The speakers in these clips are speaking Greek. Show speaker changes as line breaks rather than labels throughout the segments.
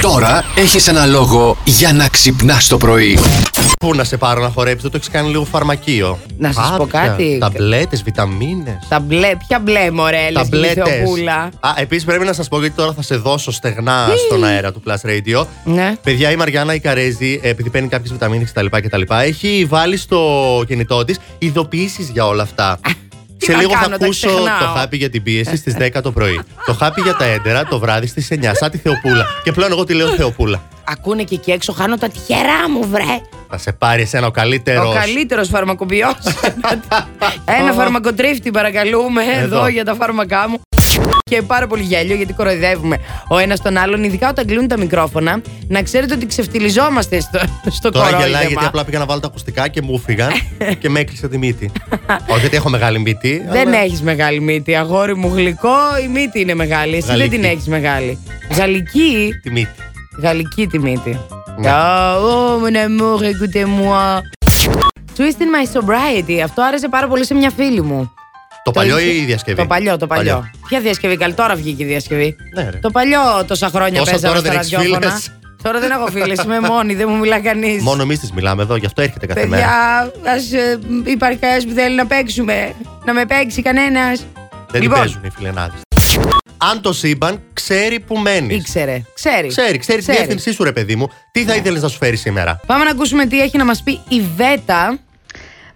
Τώρα έχεις ένα λόγο για να ξυπνάς το πρωί.
Πού να σε πάρω να χορέψει, το έχεις κάνει λίγο φαρμακείο.
Να σας πω
Κάποια,
κάτι.
Ταμπλέτες, βιταμίνες.
Τα μπλε, ποια μπλε μωρέ, λες και η
Ταμπλέτε.
Θεοπούλα.
Α, επίσης πρέπει να σας πω γιατί τώρα θα σε δώσω στεγνά στον αέρα του Plus Radio.
Ναι.
Παιδιά, η Μαριάννα η Καρέζη, ε, επειδή παίρνει κάποιες βιταμίνες κτλ, κτλ. Έχει βάλει στο κινητό της ειδοποιήσεις για όλα αυτά.
Τι
Σε
να
λίγο
κάνω,
θα
τα
ακούσω
ξεχνάω.
το χάπι για την πίεση στις 10 το πρωί. το χάπι για τα έντερα το βράδυ στις 9. Σαν τη Θεοπούλα. Και πλέον εγώ τη λέω Θεοπούλα.
Ακούνε και εκεί έξω, χάνω τα τυχερά μου, βρε.
Θα σε πάρει εσένα ο καλύτερος.
Ο καλύτερος φαρμακοποιός. Ένα φαρμακοτρίφτη, παρακαλούμε, εδώ.
Εδώ.
για τα φάρμακά μου. Και πάρα πολύ γέλιο γιατί κοροϊδεύουμε ο ένας τον άλλον, ειδικά όταν κλείνουν τα μικρόφωνα. Να ξέρετε ότι ξεφτυλιζόμαστε στο, στο
Τώρα γελάει γιατί
κορόιδεμα.
απλά πήγα να βάλω τα ακουστικά και μου φύγαν και με έκλεισε τη μύτη. Όχι ότι έχω μεγάλη μύτη.
Δεν
αλλά-
έχεις μεγάλη μύτη. Αγόρι μου γλυκό, η μύτη είναι μεγάλη. Εσύ
Γαλλική.
δεν την έχεις μεγάλη. Γαλλική.
Τη μύτη.
Γαλλική τη μύτη.
Ναι.
Oh, oh, mon amour, écoutez-moi. Twist in my sobriety. Αυτό άρεσε πάρα πολύ σε μια φίλη μου.
Το παλιό
είχε-
ή η διασκευή.
Το παλιό, το παλιό. Ποια διασκευή, καλή, τώρα βγήκε η διασκευή.
Ναι, ρε.
Το παλιό τόσα χρόνια
Όσο
παίζαμε
τώρα
στα
δεν έχεις
ραδιόφωνα.
φίλες.
Τώρα δεν έχω φίλες, είμαι μόνη, δεν μου μιλά κανείς.
Μόνο εμείς τη μιλάμε εδώ, γι' αυτό έρχεται κάθε
Παιδιά,
μέρα.
ας, ε, υπάρχει κανένας που θέλει να παίξουμε. Να με παίξει κανένας.
Δεν την
λοιπόν,
παίζουν οι φιλενάδες. Αν το σύμπαν ξέρει που μένεις.
ήξερε. Ξέρει. Ναι.
Ξέρει, ξέρει τη διεύθυνσή σου, ρε παιδί μου. Τι θα ήθελες να σου φέρει σήμερα.
Πάμε να ακούσουμε τι έχει να μας πει η Βέτα.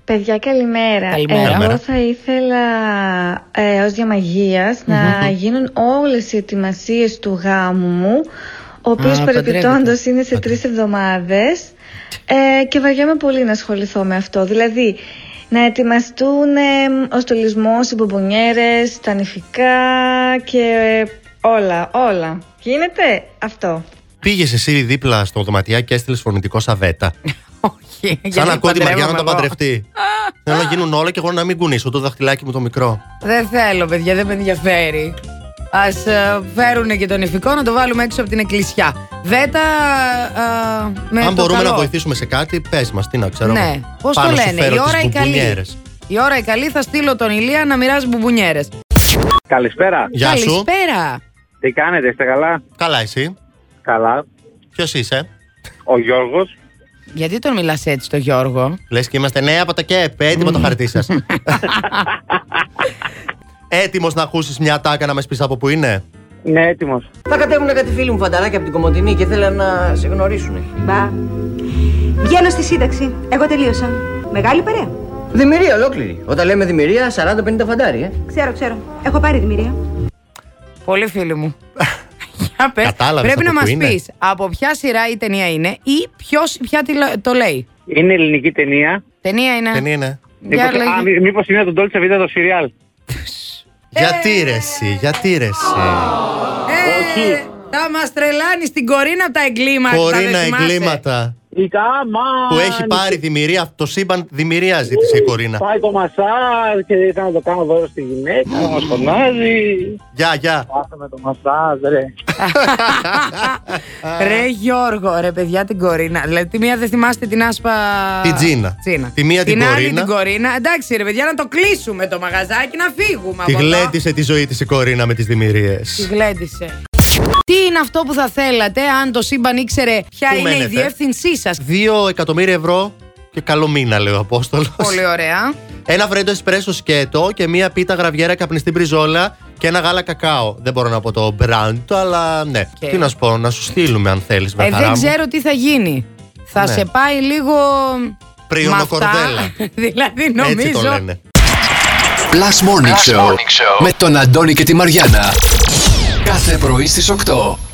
Παιδιά, καλημέρα.
Καλημέρα.
Καλημέρα.
Εγώ θα ήθελα ε, ως διαμαγείας να γίνουν όλες οι ετοιμασίες του γάμου μου, ο οποίος
Α,
περιπτώντας
παντρεύεται.
είναι σε τρεις εβδομάδες ε, και βαριάμαι πολύ να ασχοληθώ με αυτό. Δηλαδή, να ετοιμαστούν ε, ο στολισμός, οι μπομπονιέρες, τα νηφικά και ε, όλα, όλα. Γίνεται αυτό.
Πήγες εσύ δίπλα στο δωματιά και έστειλες φωνητικό σαβέτα.
Όχι.
Σαν
γιατί
να ακούω τη
παντρεύομαι
Μαριάννα να τα
εγώ.
παντρευτεί. Θέλω να γίνουν όλα και εγώ να μην κουνήσω το δαχτυλάκι μου το μικρό.
Δεν θέλω, παιδιά, δεν με ενδιαφέρει. Ας φέρουν και τον ηφικό να το βάλουμε έξω από την εκκλησιά. Βέτα. α, με
Αν
το
μπορούμε
καλό.
να βοηθήσουμε σε κάτι, πες μας, τι να ξέρω.
Ναι.
εγώ.
Πώ το
Πάνω σου
λένε,
φέρω
η
τις
ώρα η καλή.
μπουμπουνιέρες.
Η ώρα η καλή θα στείλω τον Ηλία να μοιράζει μπουμπουνιέρες.
Καλησπέρα.
Γεια σου.
Καλησπέρα.
Τι κάνετε, είστε καλά.
Καλά, εσύ.
Καλά.
Ποιος είσαι.
Ο Γιώργος.
Γιατί τον μιλάς έτσι, τον Γιώργο.
Λες και είμαστε νέα από τα ΚΕΠ. Έτοιμο το χαρτί σας. Έτοιμος να ακούσεις μια τάκα να με πει από που είναι.
Ναι, έτοιμος.
Θα κατέβουν κάτι φίλοι μου φανταράκι από την Κομωτινή και θέλαν να σε γνωρίσουν.
Μπα. Βγαίνω στη σύνταξη. Εγώ τελείωσα. Μεγάλη παρέα.
Δημηρία ολόκληρη. Όταν λέμε δημηρία, 40-50 φαντάρι, ε.
Ξέρω, ξέρω. Έχω πάρει δημιουργία.
Πολύ φίλοι μου. Για πες.
Κατάλαβες
Πρέπει
από
να
πού
μας
είναι.
πεις από ποια σειρά η ταινία είναι ή ποιος πια τη λέ- το λέει.
Είναι ελληνική ταινία.
Ταινία είναι.
Δεν είναι.
Για λέγε.
Μήπως είναι το Dolce Vita το σιριάλ.
Γιατί ρε εσύ, γιατί ρε εσύ.
Ε, θα μας τρελάνεις την κορίνα από τα εγκλήματα.
Κορίνα
δεν θυμάσαι.
εγκλήματα.
Η κάμα.
Που έχει πάρει δημιουργία, το σύμπαν δημιουργία ζήτησε η Κορίνα.
Πάει το μασάζ και ήθελα να το κάνω δώρο στη γυναίκα. Μας φωνάζει.
Γεια, γεια.
Πάστε με το μασάζ, ρε.
Ρε Γιώργο, ρε παιδιά την Κορίνα. Δηλαδή τη μία δεν θυμάστε την άσπα.
Την Τζίνα. Τη μία την
άλλη
Κορίνα.
την Κορίνα. Εντάξει, ρε παιδιά, να το κλείσουμε το μαγαζάκι, να φύγουμε
Τη
από εδώ.
γλέντισε τη ζωή της η Κορίνα με τις δημιουργίες.
Τη γλέντισε. Τι είναι αυτό που θα θέλατε αν το σύμπαν ήξερε ποια
Πού
είναι η
μένετε?
διεύθυνσή σας.
Δύο εκατομμύρια ευρώ και καλό μήνα, λέει ο Απόστολος.
Πολύ ωραία.
Ένα φρέντο εσπρέσο σκέτο και μία πίτα γραβιέρα καπνιστή μπριζόλα και ένα γάλα κακάο. Δεν μπορώ να πω το brand του, αλλά ναι.
Οκ.
Τι να σου πω, να σου στείλουμε αν θέλεις.
Ε, δεν ξέρω τι θα γίνει. Θα
Ναι.
σε πάει λίγο.
Πριονο
μ' αυτά.
κορδέλα.
δηλαδή
Έτσι το
νομίζω.
λένε.
Plus Morning, Show, με τον Αντώνη και τη Μαριάνα. Κάθε πρωί στις 8.